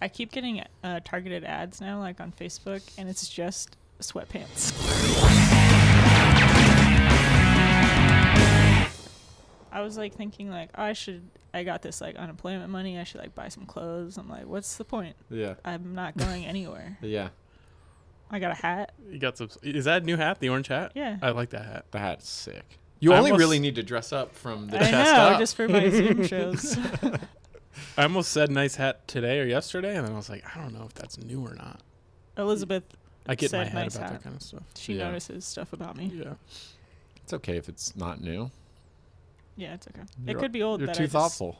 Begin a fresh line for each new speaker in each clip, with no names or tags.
I keep getting uh, targeted ads now, like on Facebook, and it's just sweatpants. I was like thinking like oh, I should I got this like unemployment money I should like buy some clothes I'm like what's the point
Yeah.
I'm not going anywhere
Yeah.
I got a hat
You got some. Is that a new hat? The orange hat?
Yeah.
Uh,
I like that hat.
The hat's sick. You
I
only
almost-
really need to dress up from the
I
chest
know
up.
just for my Zoom shows
I almost said nice hat today or yesterday, and then I was like, I don't know if that's new or not.
Elizabeth
I get in
said
my head
nice
about
hat
that kind of stuff.
she
Yeah.
notices stuff about me
Yeah.
It's okay if it's not new.
yeah it's okay it
You're-
could be old
You're
that
too
I just-
thoughtful.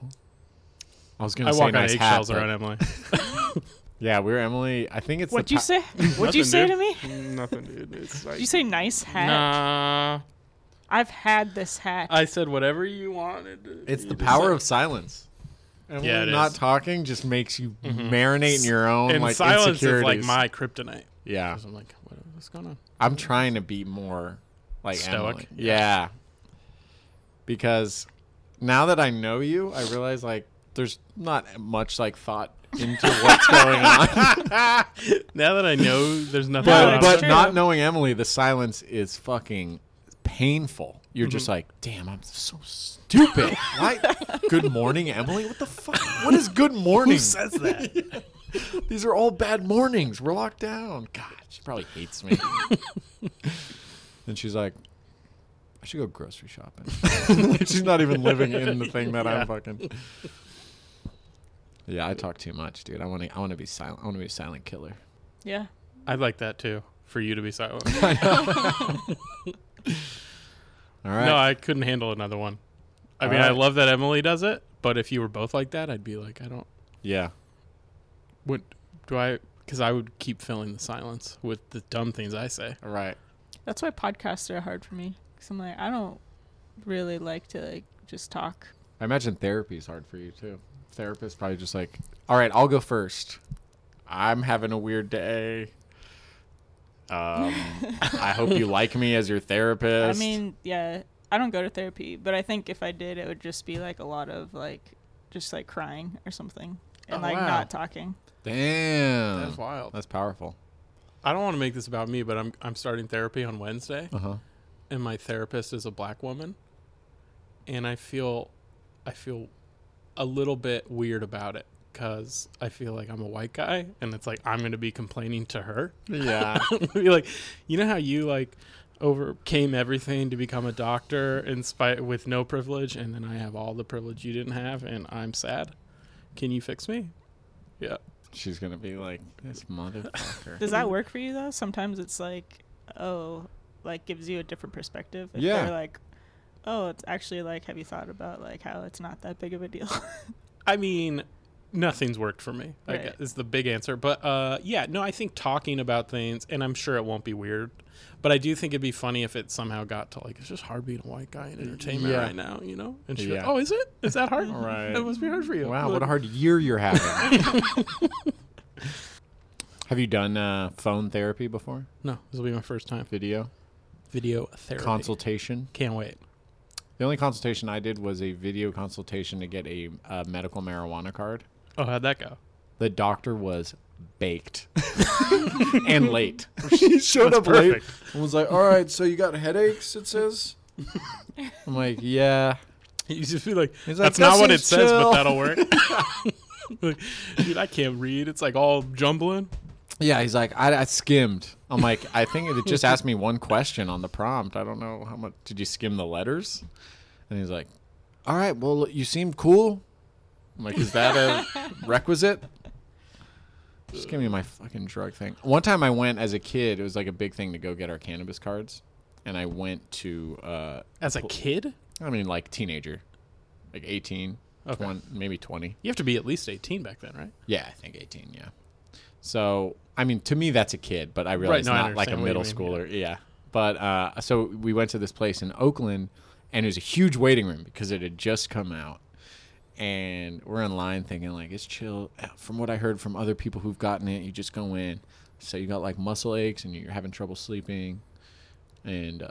I was gonna
I
say
walk
nice
on
hat,
eggshells
but-
around Emily.
Yeah, we were Emily. I think it's.
what'd
the
you
pa-
say what'd you
Nothing,
say
dude.
to me
Nothing, dude. It's like,
did you say nice hat
Nah.
I've had this hat
I said whatever you wanted. to-
It's the
you
power
decide.
of silence. Emily
Yeah, it
not
is. Mm-hmm.
talking just makes you marinate in your own
and
like
silence is like
insecurities.
my kryptonite.
yeah.
'Cause I'm like, what, what's going on?
I'm trying to be more like
Stoic?
Emily. Yeah. Because now that I know you, I realize like there's not much like thought into what's going on.
Now that I know there's nothing.
No,
but
wrong
that's
but
with
true.
not knowing Emily, the silence is fucking painful. You're just like, damn, I'm so stupid. Why? Good morning, Emily. What the fuck? What is good morning? Who says that? These are all bad mornings. We're locked down. God, she probably hates me. and she's like, I should go grocery shopping. like she's not even living in the thing that
Yeah.
I'm fucking. Yeah, I talk too much, dude. I want to. I want to be silent. I want to be a silent killer.
yeah
I like that too. For you to be silent.
All right.
No, I couldn't handle another one. I
All
mean, I
right.
love that Emily does it, but if you were both like that, I'd be like, I don't.
yeah.
What do I? Because I would keep filling the silence with the dumb things I say.
All right.
That's why podcasts are hard for me. Cause I'm like, I don't really like to like just talk.
I imagine therapy is hard for you too. Therapist probably just like, all right, I'll go first. I'm having a weird day. Um, I hope you like me as your therapist.
I mean, yeah, I don't go to therapy, but I think if I did, it would just be like a lot of like, just like crying or something, and
Oh,
like
wow.
not talking.
damn,
That's wild.
That's powerful.
I don't want to make this about me, but I'm I'm starting therapy on Wednesday,
Uh huh.
and my therapist is a black woman, and I feel, I feel, a little bit weird about it because I feel like I'm a white guy, and it's like I'm going to be complaining to her.
Yeah.
be like, you know how you like overcame everything to become a doctor in spite with no privilege, and then I have all the privilege you didn't have, and I'm sad. Can you fix me? Yeah.
She's gonna be like this motherfucker.
Does that work for you though? Sometimes it's like, oh, like gives you a different perspective. If
Yeah.
They're like, oh, it's actually like, have you thought about like how it's not that big of a deal?
I mean, nothing's worked for me. I
Right.
guess is the big answer. But uh, yeah, no, I think talking about things, and I'm sure it won't be weird, but I do think it'd be funny if it somehow got to like it's just hard being a white guy in entertainment
Yeah.
right now, you know? And she's like,
Yeah.
"Oh, is it? Is that hard?
Right.
That must be hard for you."
Wow, what
Like,
a hard year you're having. Have you done uh, phone therapy before?
No, this will be my first time.
Video
Video therapy.
consultation?
Can't wait.
The only consultation I did was a video consultation to get a, uh medical marijuana card.
Oh, how'd that go?
The doctor was baked and late. She showed up late and was like, "All right, so you got headaches?" It says. I'm like, "Yeah."
You just be like,
He's like,
that's not
"That
what it
seems
says, but
chill."
that'll work. Like, Dude, I can't read. It's like all jumbling.
Yeah, he's like, I, I skimmed. I'm like, I think it just asked me one question on the prompt. I don't know how much. Did you skim the letters? And he's like, All right, well, you seem cool. I'm like, Is that a requisite? Just give me my fucking drug thing. One time I went as a kid, it was like a big thing to go get our cannabis cards. And I went to, uh,
As a kid,
I mean, like teenager, like 18,
Okay.
20, maybe 20.
you have to be at least 18 back then, right?
Yeah, I think 18, yeah. So, I mean, to me, that's a kid, but I realize
no, I
not like a
understand what you
middle
mean,
schooler. Yeah. But uh, so we went to this place in Oakland, and it was a huge waiting room because it had just come out. And we're in line thinking, like, it's chill. From what I heard from other people who've gotten it, you just go in. So you got like muscle aches and you're having trouble sleeping. And, uh,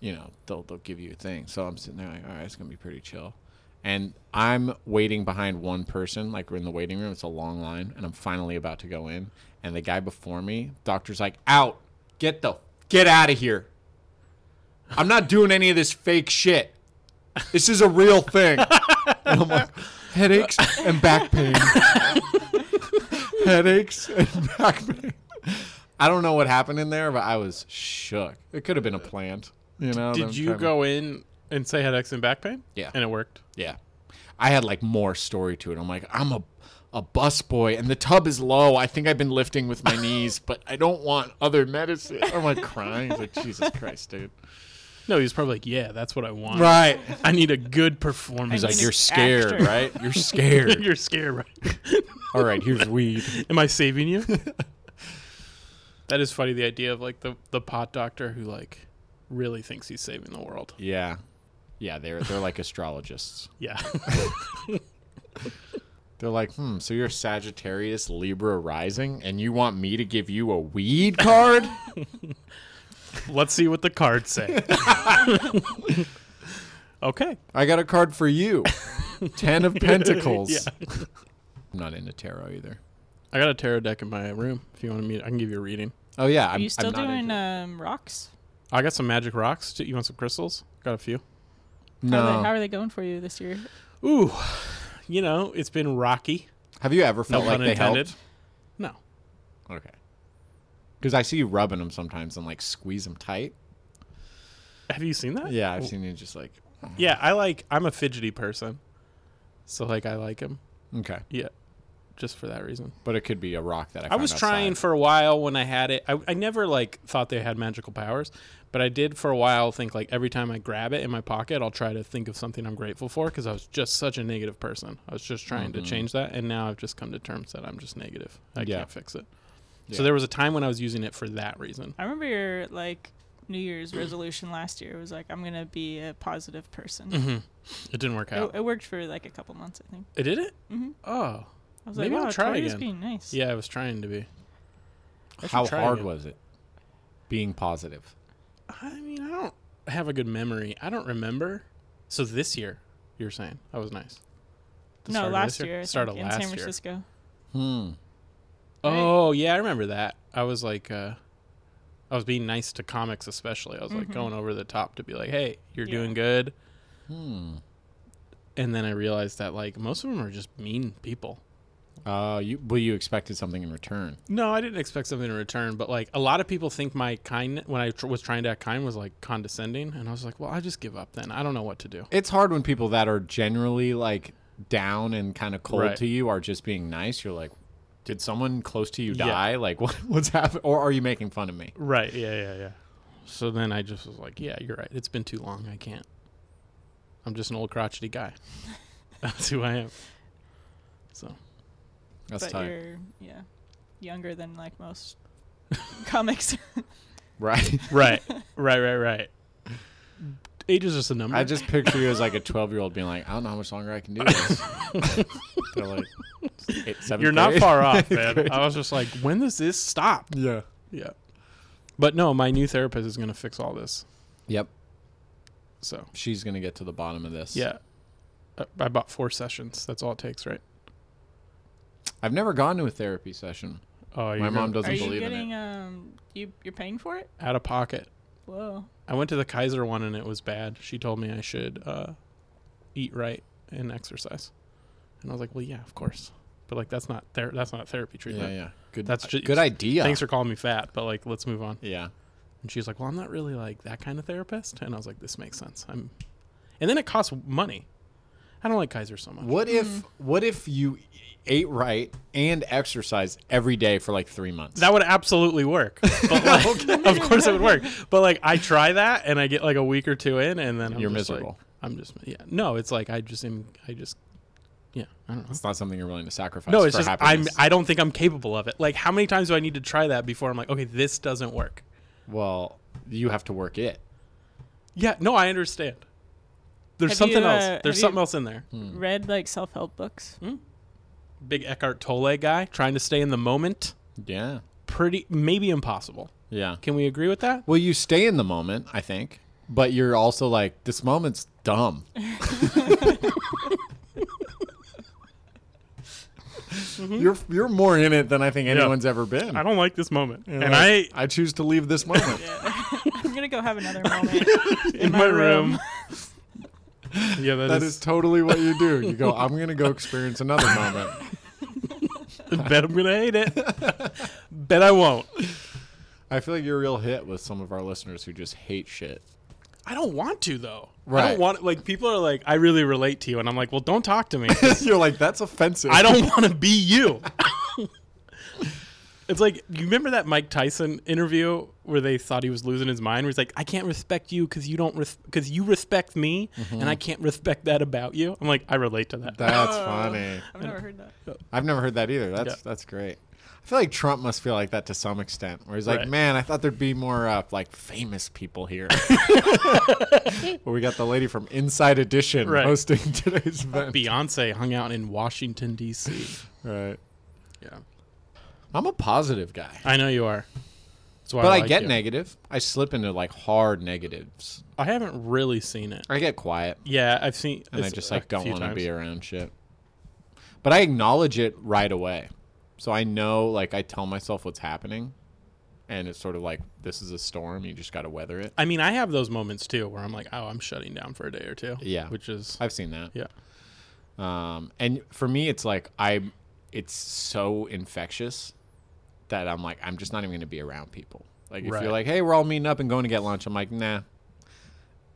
you know, they'll, they'll give you a thing. So I'm sitting there like, all right, it's going to be pretty chill. and I'm waiting behind one person, like we're in the waiting room. It's a long line, and I'm finally about to go in. And the guy before me, doctor's like, "Out, get the get out of here. I'm not doing any of this fake shit. This is a real thing." and I'm like, headaches and back pain. headaches and back pain. I don't know what happened in there, but I was shook. It could have been a plant, you know. them
Did you
trying to-
go in and say headaches and back pain?
Yeah.
And it worked.
yeah. I had like more story to it. I'm like, I'm a a bus boy and the tub is low. I think I've been lifting with my knees, but I don't want other medicine. I'm like crying. It's like, Jesus Christ, dude.
No, he's probably like, yeah, that's what I want.
Right.
I need a good performance.
He's
I
like,
mean,
You're
it's
scared,
extra.
right? You're scared.
you're scared, right?
All right, here's weed.
Am I saving you? that is funny. The idea of like the the pot doctor who like really thinks he's saving the world.
Yeah. Yeah, they're they're like astrologists.
Yeah.
They're like, hmm, so you're Sagittarius Libra rising, and you want me to give you a weed card?
Let's see what the cards say. okay.
I got a card for you. Ten of Pentacles. I'm not into tarot either.
I got a tarot deck in my room. If you want to meet, I can give you a reading.
Oh yeah,
Are
I'm,
you still
I'm not
doing
into it.
um, rocks?
I got some magic rocks. Do You want some crystals? Got a few.
no.
How, are they, how are they going for you this year?
Ooh, you know it's been rocky.
Have you ever
No
felt like
pun
they
intended.
helped?
No.
Okay. Because I see you rubbing them sometimes and like squeeze them tight.
Have you seen that?
Yeah, I've seen you just like
Yeah, I like. I'm a fidgety person, so like I like him.
okay,
Yeah, just for that reason.
but it could be a rock that I.
I was
found
trying
outside.
for a while when I had it. I, I never like thought they had magical powers, but I did for a while think like every time I grab it in my pocket, I'll try to think of something I'm grateful for because I was just such a negative person. I was just trying to change that, and now I've just come to terms that I'm just negative. I
Mm-hmm. Yeah.
can't fix it.
Yeah.
So there was a time when I was using it for that reason.
I remember your like New Year's resolution last year was like, I'm gonna be a positive person.
Mm-hmm. It didn't work
Oh, It,
out.
it worked for like a couple months, I think.
It did it.
Mhm.
Oh,
I was
Maybe
like,
I'll
wow,
try
Troy is
again.
being nice.
yeah, I was trying to be. I should
How
try
hard
again.
was it? Being positive.
I mean, I don't have a good memory. I don't remember. So this year, you're saying I was nice. The start
No,
of
last
this
year, I
Start of
think,
last
in San
year.
Francisco.
Hmm.
right?
Oh yeah, I remember that. I was like, uh, I was being nice to comics, especially. I was like going over the top to be like, "Hey, you're
Yeah.
doing good."
Hmm.
And then I realized that like most of them are just mean people.
Uh, you well, you expected something in return.
No, I didn't expect something in return, but like a lot of people think my kind when I tr- was trying to act kind was like condescending, and I was like, "Well, I just give up then. I don't know what to do."
It's hard when people that are generally like down and kind of cold
Right.
to you are just being nice. You're like, did someone close to you
Yeah.
die? Like, what, what's happening? Or are you making fun of me?
Right. Yeah. Yeah. Yeah. So then I just was like, "Yeah, you're right. It's been too long. I can't. I'm just an old crotchety guy. That's who I am." So
That's
but
tight,
you're yeah younger than like most comics.
right?
right, right, right, right. Age is just a number.
I just picture you as like a 12 year old being like, I don't know how much longer I can do this. They're like, "Eight- seventh
you're not
grade."
far off, man. I was just like, when does this stop?
Yeah.
Yeah, but no, my new therapist is gonna fix all this.
Yep.
So
She's going to get to the bottom of this.
yeah, I, I bought four sessions. That's all it takes, right?
I've never gone to a therapy session.
Oh,
My mom doesn't
Are you
believe
getting
in it.
um you you're paying for it?
out of pocket.
Whoa.
I went to the Kaiser one and it was bad. She told me I should uh, eat right and exercise, and I was like, well, yeah, of course. But like, that's not ther- that's not therapy
Yeah,
treatment.
yeah. Good,
That's ju-
good idea.
Thanks for calling me fat, but like, let's move on.
Yeah.
And she was like, "Well, I'm not really like that kind of therapist." And I was like, "This makes sense." I'm, and then it costs money. I don't like Kaiser so much.
What if what if you ate right and exercised every day for like three months?
That would absolutely work. But like, of course it would work. But like, I try that and I get like a week or two in, and then I'm
You're
just, like-
miserable.
I'm just yeah. No, it's like I just am. I just yeah. I don't know.
it's not something you're willing to sacrifice.
No, it's
for
just I'm.
happiness.
I don't think I'm capable of it. Like, how many times do I need to try that before I'm like, okay, this doesn't work?
well, you have to work it.
Yeah. No, I understand. There's
Have
something
you, uh,
else.
have
There's
you-
something else in there.
Hmm.
Read like self help books.
Hmm. Big Eckhart Tolle guy trying to stay in the moment.
Yeah.
pretty maybe impossible.
Yeah.
Can we agree with that?
Well, you stay in the moment, I think, but you're also like, this moment's dumb. You're you're more in it than I think anyone's ever been.
I don't like this moment.
You're
and
like,
I,
I choose to leave this moment.
I'm gonna go have another moment.
in, my, room. yeah,
That is totally what you do. You go, I'm going to go experience another moment.
bet I'm gonna hate it. bet I won't.
I feel like you're a real hit with some of our listeners who just hate shit.
I don't want to though. I
Right.
don't want like people are like I really relate to you, and I'm like, well, don't talk to me. 'cause
you're like, that's offensive.
I don't want to be you. it's like you remember that Mike Tyson interview where they thought he was losing his mind. Where he's like, I can't respect you because you don't because you respect me,
Mm-hmm.
and I can't respect that about you. I'm like, I relate to that.
That's funny.
I've never heard that.
I've never heard that either. That's
Yeah.
that's great. I feel like Trump must feel like that to some extent, where he's like,
Right.
"Man, I thought there'd be more uh, like famous people here." well, we got the lady from Inside Edition
Right.
hosting today's event.
Beyonce hung out in Washington D.C.
Right.
yeah,
I'm a positive guy,
I know you are. That's why
but I,
Oh, like
get
you.
negative. I slip into like hard negatives.
I haven't really seen it.
I get quiet.
Yeah, I've seen.
and I
it's
just
a
like don't
few
want to
times.
be around shit. But I acknowledge it right away, so I know like I tell myself what's happening, and it's sort of like this is a storm. You just got to weather it.
I mean, I have those moments too where I'm like, oh, I'm shutting down for a day or two.
Yeah.
which is
I've seen that.
yeah,
Um, and for me, it's like I, it's so infectious that I'm like I'm just not even going to be around people. Like if
Right.
you're like, hey, we're all meeting up and going to get lunch, I'm like, nah.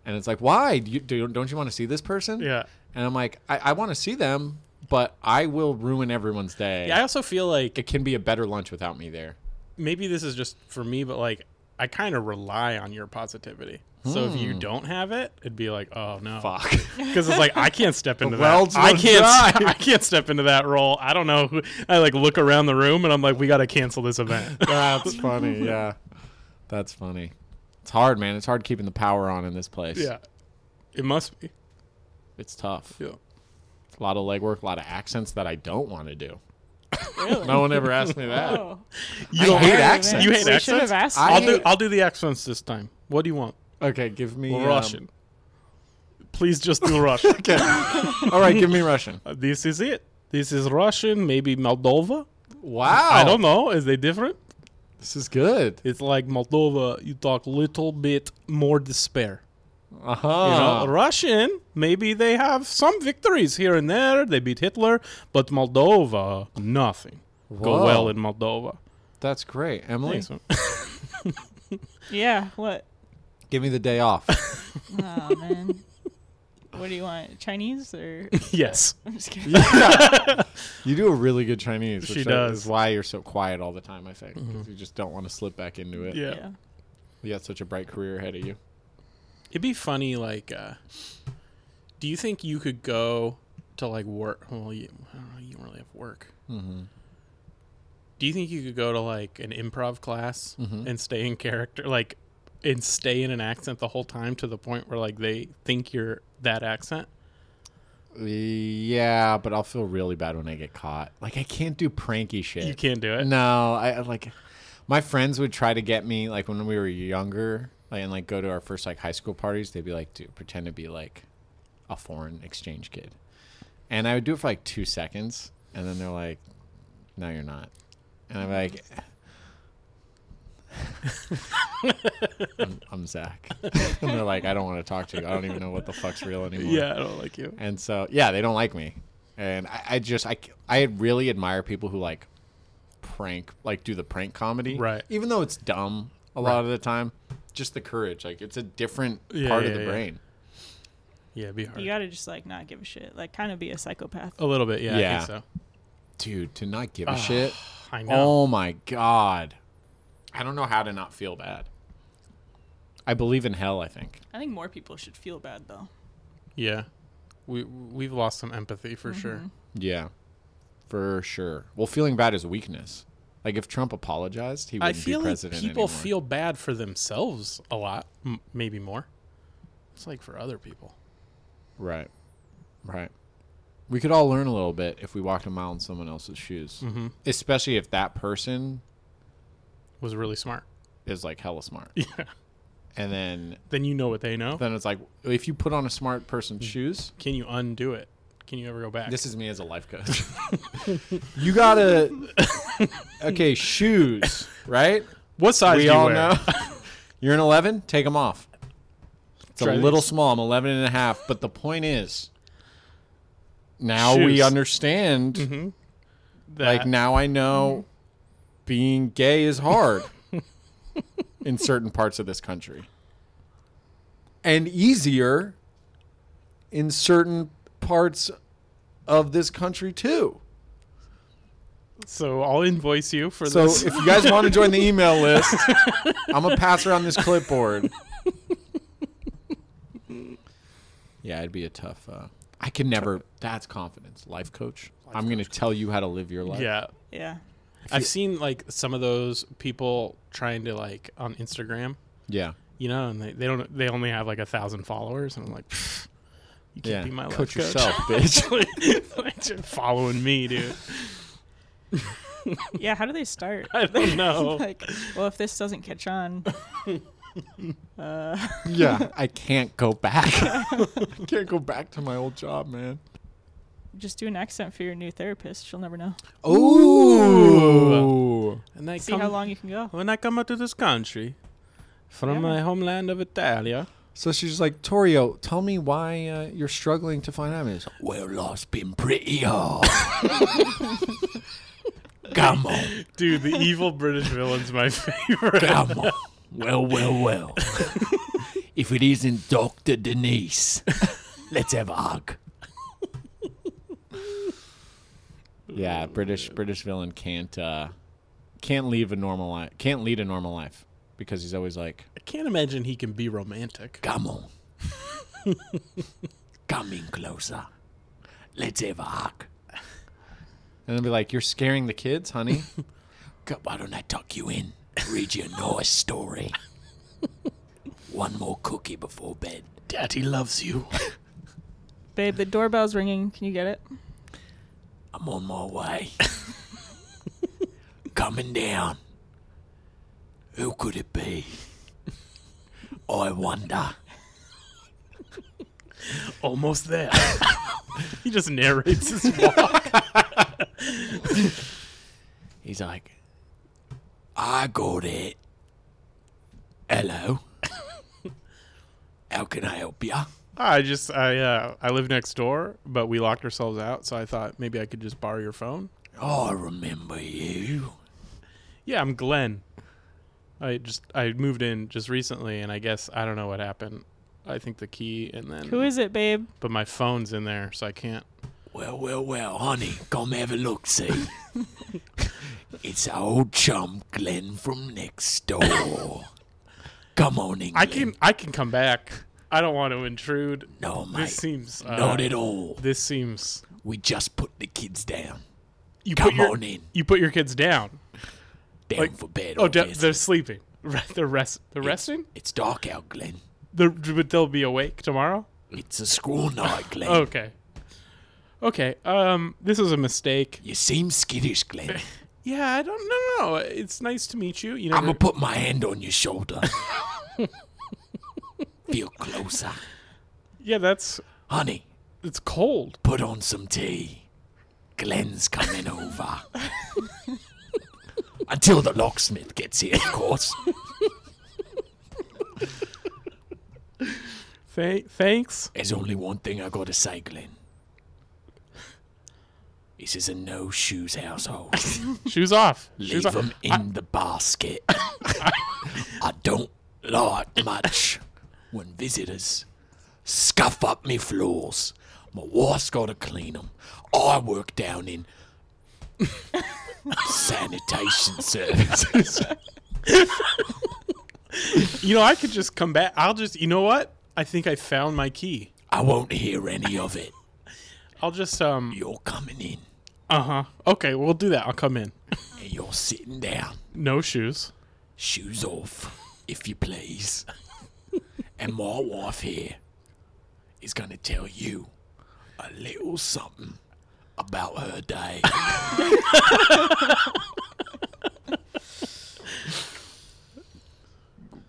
And it's like, why? Do you, do, don't you want to see this person?
yeah.
And I'm like, I, I want to see them, but I will ruin everyone's day.
Yeah, I also feel like
it can be a better lunch without me there.
maybe this is just for me, but like I kind of rely on your positivity. So if you don't have it, it'd be like, oh
Hmm.
no,
Fuck.
because it's like I can't step into that.
world's
I
gonna
can't.
die.
I can't step into that role. I don't know. Who, I like look around the room and I'm like, we got to cancel this event.
That's funny. Yeah. That's funny. It's hard, man. It's hard keeping the power on in this place.
yeah, it must be.
It's tough.
Yeah.
A lot of legwork, a lot of accents that I don't want to do.
Really?
No one ever asked me that.
Oh.
You
I
don't
hate
hate
accents.
You hate
We should
accents?
have asked.
I
I'll
you.
do.
hate-
I'll do the accents this time. What do you want?
Okay, give me
Well,
um,
Russian. Please just do Russian.
Okay. All right, give me Russian.
Uh, this is it. This is Russian, maybe Moldova.
Wow.
I don't know. Is they different?
This is good.
It's like Moldova, you talk little bit more despair.
Uh
You
huh.
know, Russian, maybe they have some victories here and there. They beat Hitler, but Moldova, nothing. Go
Whoa.
well in Moldova.
That's great. Emily,
So-
Yeah. What?
give me the day off.
Oh man. What do you want? Chinese or?
yes.
I'm just kidding.
Yeah. you do a really good Chinese.
She
Which
does. Mm-hmm.
Is why you're so quiet all the time, I think. 'cause You just don't want to slip back into it.
Yeah.
Yeah.
You got such a bright career ahead of you.
It'd be funny, like, uh, do you think you could go to, like, work? Well, you, I don't know, you don't really have work.
Mhm.
Do you think you could go to, like, an improv class
Mm-hmm.
and stay in character, like, and stay in an accent the whole time to the point where, like, they think you're that accent?
Yeah, but I'll feel really bad when I get caught. Like I can't do pranky shit.
You can't do it.
No, I I, like my friends would try to get me like when we were younger, like and like go to our first like high school parties, they'd be like, dude, pretend to be like a foreign exchange kid. And I would do it for like two seconds and then they're like, No, you're not. And I'm like I'm, I'm Zach. and they're like, I don't want to talk to you. I don't even know what the fuck's real anymore.
Yeah, I don't like you.
And so, yeah, they don't like me. And I, I just, I, I really admire people who like prank, like do the prank comedy.
Right.
Even though it's dumb a lot of the time, just the courage. Like it's a different
Yeah,
part
yeah,
of the
yeah.
brain.
Yeah, it'd be hard.
You gotta just like not give a shit. Like kind of be a psychopath.
a little bit, yeah. I
Yeah.
think so.
Dude, to not give a shit.
I know.
Oh my God. I don't know how to not feel bad. I believe in hell, I think.
I think more people should feel bad though.
Yeah. We we've lost some empathy for sure.
Yeah. For sure. Well, feeling bad is weakness. Like if Trump apologized, he
I
wouldn't
feel
be
like
president
people
anymore.
feel bad for themselves a lot, m- maybe more. It's like for other people.
Right. Right. We could all learn a little bit if we walked a mile in someone else's shoes,
Mhm.
especially if that person
Was really smart.
is like hella smart.
Yeah.
And then
Then you know what they know. Mm.
then it's like if you put on a smart person's shoes,
Can you undo it? Can you ever go back?
This is me as a life coach. you gotta. Okay, shoes, right?
what size
we
do you
all
wear?
know. You're an 11, take them off. It's
Try
a
this.
little small. I'm 11 and a half. But the point is, now we
Shoes. Mm-hmm.
understand.
That-
Like, now I know being gay is hard in certain parts of this country and easier in certain parts of this country, too.
So I'll invoice you for
So
this.
if you guys want to join the email list, I'm gonna pass around this clipboard. Yeah, it'd be a tough. Uh, I can never. That's confidence, life coach. I'm gonna tell you how to live your life.
yeah.
Yeah.
I've seen like some of those people trying to like on Instagram,
yeah,
you know, and they, they don't they only have like a thousand followers, and I'm like, "Pfft, you can't
yeah.
be my life
coach yourself, bitch.
like, you're following me, dude.
Yeah, how do they start?
I don't know.
like, well, if this doesn't catch on, uh,
yeah, I can't go back. I can't go back to my old job, man.
just do an accent for your new therapist. She'll never know.
Oh,
And I
See
come-
how long you can go.
when I come out to this country from
Yeah.
my homeland of Italia.
so she's like, Torio, tell me why uh, you're struggling to find happiness. Well, life's been pretty hard. Come on.
Dude, the evil British villain's my favorite.
Come on. Well, well, well. if it isn't Dr. Denise, let's have a hug. Yeah, British British villain can't uh, can't leave a normal life can't lead a normal life because he's always like,
I can't imagine he can be romantic.
Come on. Come in closer. Let's have a hug. And they'll be like, You're scaring the kids, honey. "Go- Why don't I tuck you in? Read you a nice story. One more cookie before bed.
Daddy loves you.
Babe, the doorbell's ringing. Can you get it?
I'm on my way. Coming down. Who could it be? I wonder.
Almost there. he just narrates his walk.
He's like, I got it. Hello. How can I help you?
I just I uh I live next door, but we locked ourselves out, so I thought maybe I could just borrow your phone.
Oh, I remember you.
Yeah, I'm Glenn. I just I moved in just recently and I guess I don't know what happened. I think the key and then
Who is it, babe?
but my phone's in there, so I can't
Well, well, well, honey, come have a look, see. it's our old chum Glenn from next door. come on, England.
I can I can come back. I don't want to intrude.
No, mate.
This seems uh,
Not at all.
This seems
We just put the kids down.
you put
Come
your,
on in.
You put your kids down.
Down
Like-
for bed.
Oh, de-
obviously.
they're sleeping. Right, they're rest. They're resting.
It's dark out, Glenn.
They're, but they'll be awake tomorrow.
It's a school night, Glenn.
Okay. Okay. Um, this is a mistake.
You seem skittish, Glenn.
Yeah, I don't no, no, no. It's nice to meet you. You know,
I'm gonna put my hand on your shoulder. Feel closer,
yeah, that's
honey.
it's cold.
Put on some tea. Glenn's coming over. Until the locksmith gets here, of course.
Th- thanks.
There's only one thing I gotta say, Glenn. This is a no shoes household.
Shoes off.
Leave
Shoes off.
'em in the basket. I don't like much when visitors scuff up me floors. My wife's got to clean 'em. I work down in sanitation services.
You know, I could just come back. I'll just. You know what? I think I found my key.
I won't hear any of it.
I'll just um.
You're coming in
Uh huh. Okay, we'll do that. I'll come in.
and you're sitting down,
No shoes.
shoes off, if you please. And my wife here is going to tell you a little something about her day.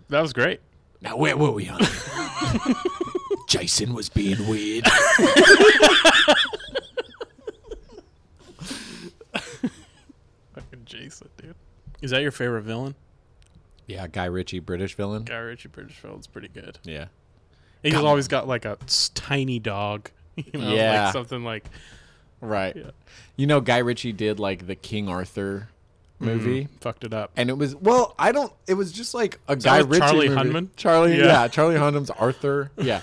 That was great.
Now, where were we, honey? Jason was being weird.
Jason, dude. Is that your favorite villain?
Yeah, Guy Ritchie, British villain.
Guy Ritchie Bridgefield's pretty good.
Yeah.
He's always got like a s- tiny dog. You know,
Yeah.
like something like
Right.
Yeah.
You know, Guy Ritchie did like the King Arthur movie.
fucked it up.
And it was well, I don't. It was just like a Guy
was
Ritchie
Charlie
movie.
Hunnam?
Charlie,
Yeah.
yeah. Charlie Hunnam's Arthur, yeah.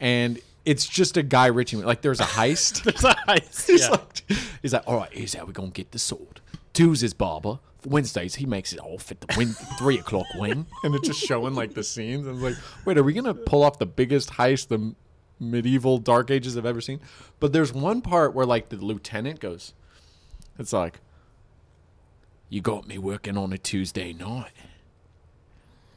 And it's just a Guy Ritchie. movie. Like there's a heist.
There's a heist.
he's
yeah.
like, he's like, all right, here's how we're gonna get the sword. Two's his barber. Wednesdays he makes it off at the win- three o'clock win, and it's just showing like the scenes. I was like, wait, are we gonna pull off the biggest heist the m- medieval Dark Ages have ever seen? But there's one part where like the lieutenant goes, it's like, you got me working on a Tuesday night.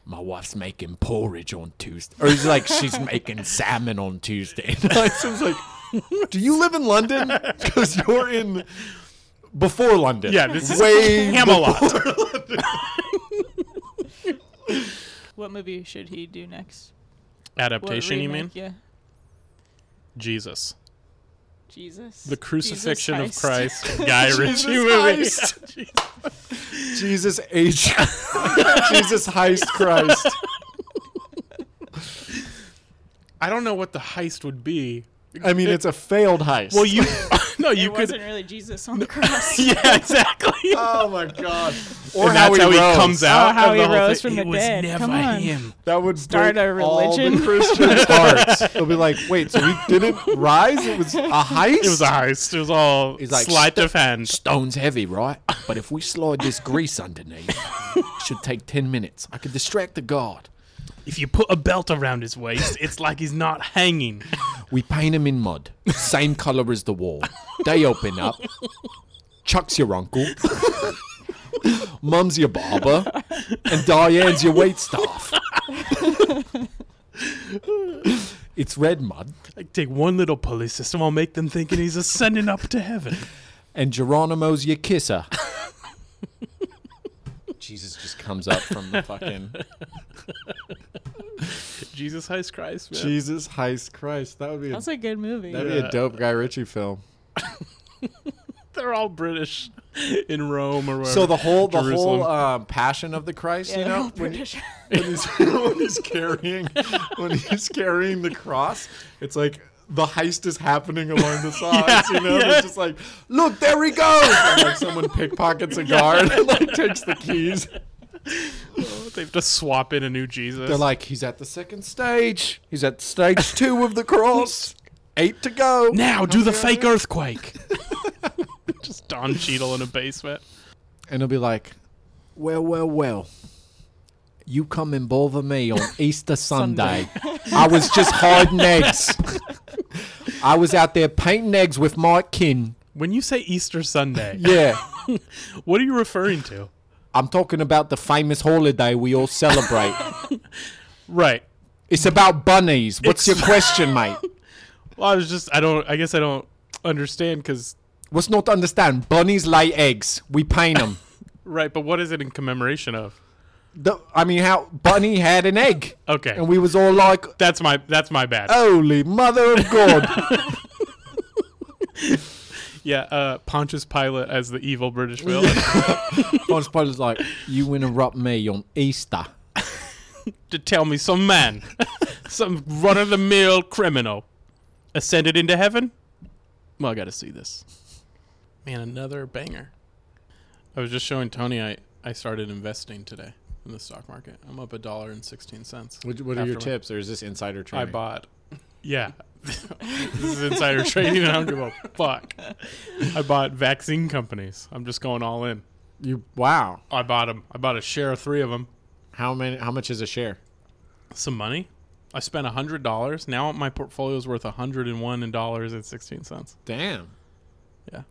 My wife's making porridge on Tuesday, or he's like, she's making salmon on Tuesday. nights. I was like, do you live in London? Because you're in before London.
Yeah, this is
way
Camelot.
What movie should he do next? What
Adaptation, you mean?
remake? Yeah.
Jesus.
Jesus.
The crucifixion of
Jesus heist.
Christ. Guy
Jesus
Ritchie movie.
Christ. Jesus H. Jesus Heist Christ.
I don't know what the heist would be.
I mean, it's a failed heist.
Well, you no,
it
you could.
wasn't really Jesus on the cross.
Yeah, exactly.
Oh my God! Or
and that's how he,
rose.
comes out.
Oh, how
of the
he
whole
rose
thing.
from the
It was
dead.
never
Come on.
him.
That would
Start
break
a
All the
religion.
Christians' hearts. They'll be like, "Wait, so he didn't rise? It was a heist.
It was a heist. It was all
He's like,
sleight of hand.
stone's heavy, right? But if we slide this grease underneath, it should take ten minutes. I could distract the guard.
If you put a belt around his waist, it's like he's not hanging.
We paint him in mud, same color as the wall. They open up. Chuck's your uncle. Mum's your barber, and Diane's your waitstaff. it's red mud.
Like, take one little pulley system, I'll make them thinking he's ascending up to heaven.
and Geronimo's your kisser. Jesus just comes up from the fucking
Jesus heist Christ, man.
Jesus Heist Christ. That would be a,
That's a good movie.
that'd be
Yeah.
a dope Guy Ritchie film.
They're all British in Rome or wherever.
So the whole the
Jerusalem.
whole um, Passion of the Christ,
yeah,
you
they're
know,
all
when,
British.
when he's when he's carrying when he's carrying the cross, it's like the heist is happening along the sides. you know,
yeah.
it's just like, look, there he goes. And, like someone pickpockets a guard and like takes the keys.
they have to swap in a new Jesus.
They're like, he's at the second stage. He's at stage two of the cross. Eight to go.
now do the
many
fake earthquake. Just Don Cheadle in a basement.
And he'll be like, well, well, well. You come and bother me on Easter Sunday. I was just hiding eggs. I was out there painting eggs with Mike Kin.
When you say Easter Sunday,
Yeah.
what are you referring to?
I'm talking about the famous holiday we all celebrate.
Right.
it's about bunnies. What's
It's-
your question, mate?
Well, I was just I don't I guess I don't understand because
What's not to understand? Bunnies lay eggs. We paint them.
right, but what is it in commemoration of?
The, I mean, how Bunny had an egg,
Okay,
and we was all like,
that's my that's my bad.
"Holy Mother of God!"
yeah, uh, Pontius Pilate as the evil British villain.
Pontius Pilate's like, "You interrupt me on Easter."
to tell me some man, some run of the mill criminal, ascended into heaven? Well, I got to see this. Man, another banger. I was just showing Tony I, I started investing today in the stock market. I'm up a dollar and 16 cents. After my-
tips, or is this insider
I bought. Yeah. this is insider trading and I don't give a fuck. I bought vaccine companies. I'm just going all in.
You wow,
I bought them. I bought a share of three of them.
how many? How much is a share?
some money. I spent hundred dollars. Now my portfolio is worth hundred and one dollars and sixteen cents.
Damn.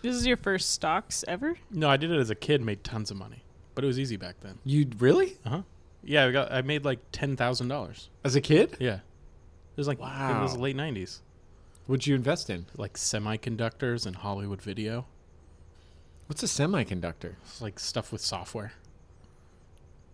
this is your first stocks ever?
No, I did it as a kid. Made tons of money, but it was easy back then.
You really?
Uh huh. Yeah, I got. I made like ten thousand dollars.
As a kid,
Yeah, it was like it was
Wow.
late nineties,
what'd you invest in?
like semiconductors and Hollywood video.
What's a semiconductor,
It's like stuff with software.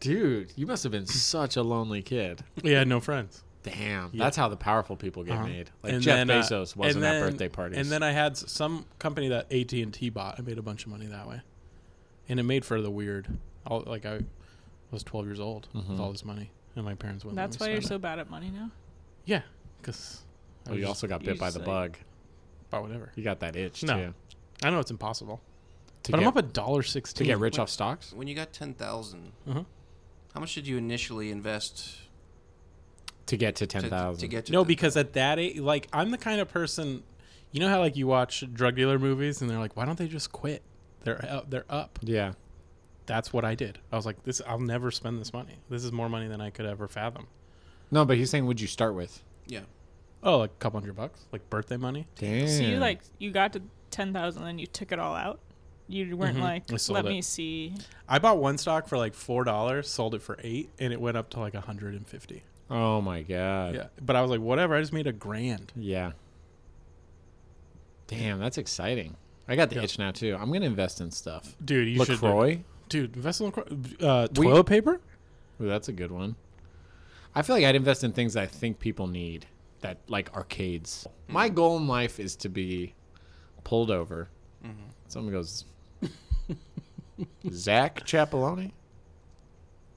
dude? You must have been such a lonely kid.
We had no friends.
Damn, that's how the powerful people get
Uh-huh.
made. Like
And
Jeff
then, uh,
Bezos wasn't
and
at
then-
birthday parties.
And then I had s- some company that AT and T bought. I made a bunch of money that way, and it made for the weird. All, like I was 12 years old
Mhm.
with all this money, and my parents wouldn't. let
That's
me
why you're so
spend
bad at money now.
it. Yeah, because I
oh, you
was
also got
you
bit by
just,
the
like-
bug.
about whatever.
You got that itch
No.
too.
I know it's impossible,
To
but
get,
I'm up a dollar
to
sixteen
get rich off stocks.
When you got ten thousand,
Mm-hmm.
Uh-huh.
how much did you initially invest
To get to
to,
ten
to,
thousand.
get to
No,
the-
because at that age, like I'm the kind of person, you know how like you watch drug dealer movies and they're like, why don't they just quit? They're up, they're up.
yeah.
That's what I did. I was like, this, I'll never spend this money. This is more money than I could ever fathom.
No, but he's saying, would you start with?
yeah,
Oh, like a couple hundred bucks, like birthday money.
Damn.
So you like you got to ten thousand and you took it all out. You weren't
Mhm. I
like
sold
let
it.
me see.
I bought one stock for like four dollars, sold it for eight, and it went up to like a hundred and fifty.
Oh my god.
Yeah, but I was like, whatever. I just made a grand.
Yeah. Damn, that's exciting. I got the
Yeah.
itch now too. I'm gonna invest in stuff.
Dude, you should.
Lacroix,
Dude, invest in LaCroix. Uh,
We-
toilet paper?
Ooh, that's a good one. I feel like I'd invest in things I think people need, that like arcades.
Mm-hmm.
My goal in life is to be pulled over.
Mm-hmm.
Someone goes, Zach Chapeloni,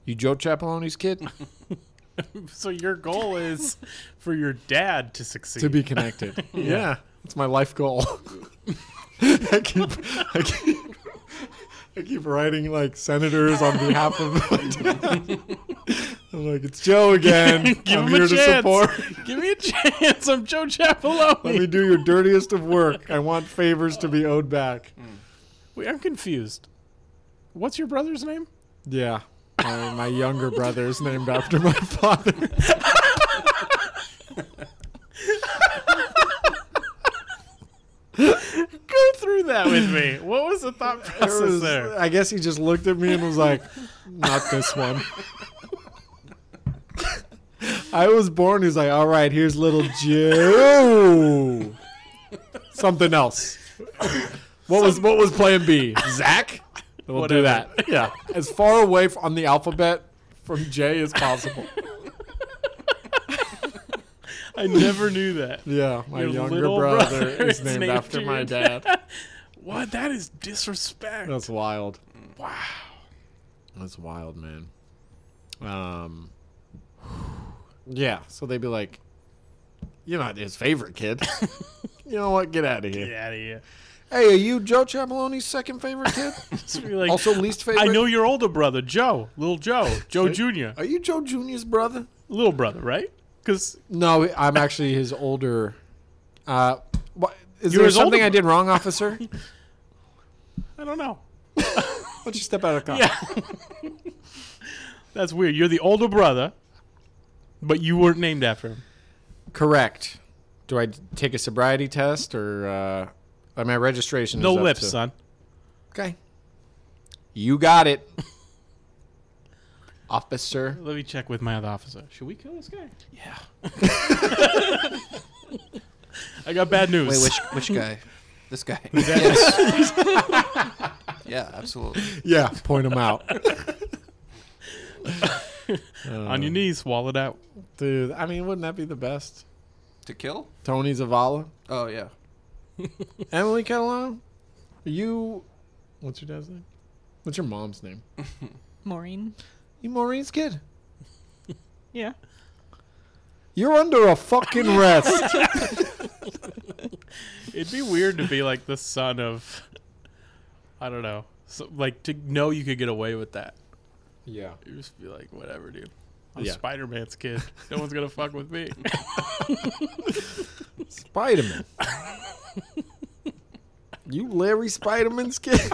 you Joe Chapeloni's kid,
So your goal is for your dad to succeed.
to be connected. yeah, it's my life goal. I keep, I keep, I keep writing like senators on behalf of. My dad. I'm like, it's Joe again.
Give
I'm
him a
here to
chance.
support.
Give me a chance. I'm Joe
Let me
Chapaloni.
do your dirtiest of work. I want favors to be owed back.
Wait, I'm confused. What's your brother's name?
Yeah. My, my younger brother is named after my father.
Go through that with me. What was the thought
There
process
was-
there?
I guess he just looked at me and was like, not this one. I was born. He's like, all right, here's little Joe. Something else. What was what was plan B? Zach. We'll do
Whatever.
that. Yeah, as far away f- on the alphabet from J as possible.
I never knew that.
Yeah, my
Your
younger
little
brother,
brother
is
is
named,
named
after
your
my dad.
What? That is disrespect.
That's wild.
wow.
That's wild, man. Um, yeah. So they'd be like, "You're not his favorite kid. you know what? Get out of here.
Get out of here.
Hey, are you Joe Chapeloni's second favorite kid?
Just be like,
also least favorite.
I know your older brother, Joe. Little Joe. Joe Jr.
Are you Joe Junior's brother?
Little brother, right? Because
No, I'm actually his older. Uh, what, is
You're
there
his older
something I
bro-
did wrong, officer? Why
I don't know.
don't you step out of the car?
Yeah. That's weird. You're the older brother, but you weren't named after him.
Correct. Do I d- take a sobriety test or uh, uh, my registration?
No
is up
lips,
to-
son.
Okay. You got it, officer.
Let me check with my other officer. Should we kill this guy? Yeah. I got bad news.
Wait, which which guy? This guy. yes. yeah, absolutely.
Yeah, point him out,
On your knees, swallowed out.
dude. I mean, wouldn't that be the best?
To kill?
Tony Zavala,
Oh yeah.
Emily Catalano. You, what's your dad's name? What's your mom's name?
Maureen.
You Maureen's kid.
Yeah.
You're under a fucking rest.
It'd be weird to be like the son of, I don't know, so, like to know you could get away with that.
yeah.
You just be like, whatever, dude. I'm
Yeah.
Spider Man's kid. No one's gonna fuck with me.
Spiderman. you Larry Spiderman's kid.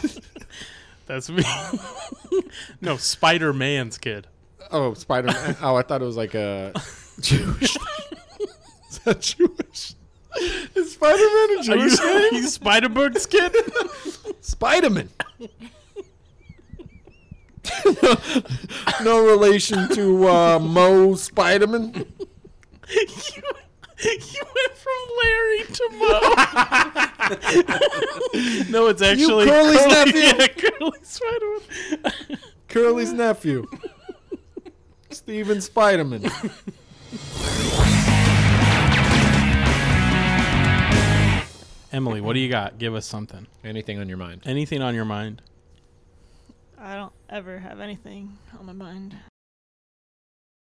That's me. no, Spider Man's kid.
Oh, Spider Man. oh, I thought it was like a Jewish. Is that Jewish? Is Spider Man a
Are you,
Jewish
are
name?
you Spider-Book's kid?
Spider Man. no relation to uh, Mo Spiderman.
you, you went from Larry to Mo. no, it's actually
Curly's nephew.
Yeah, Curly Spider-Man.
Curly's nephew. Steven Spiderman.
Emily, what do you got? Give us something.
Anything on your mind?
Anything on your mind?
I don't ever have anything on my mind.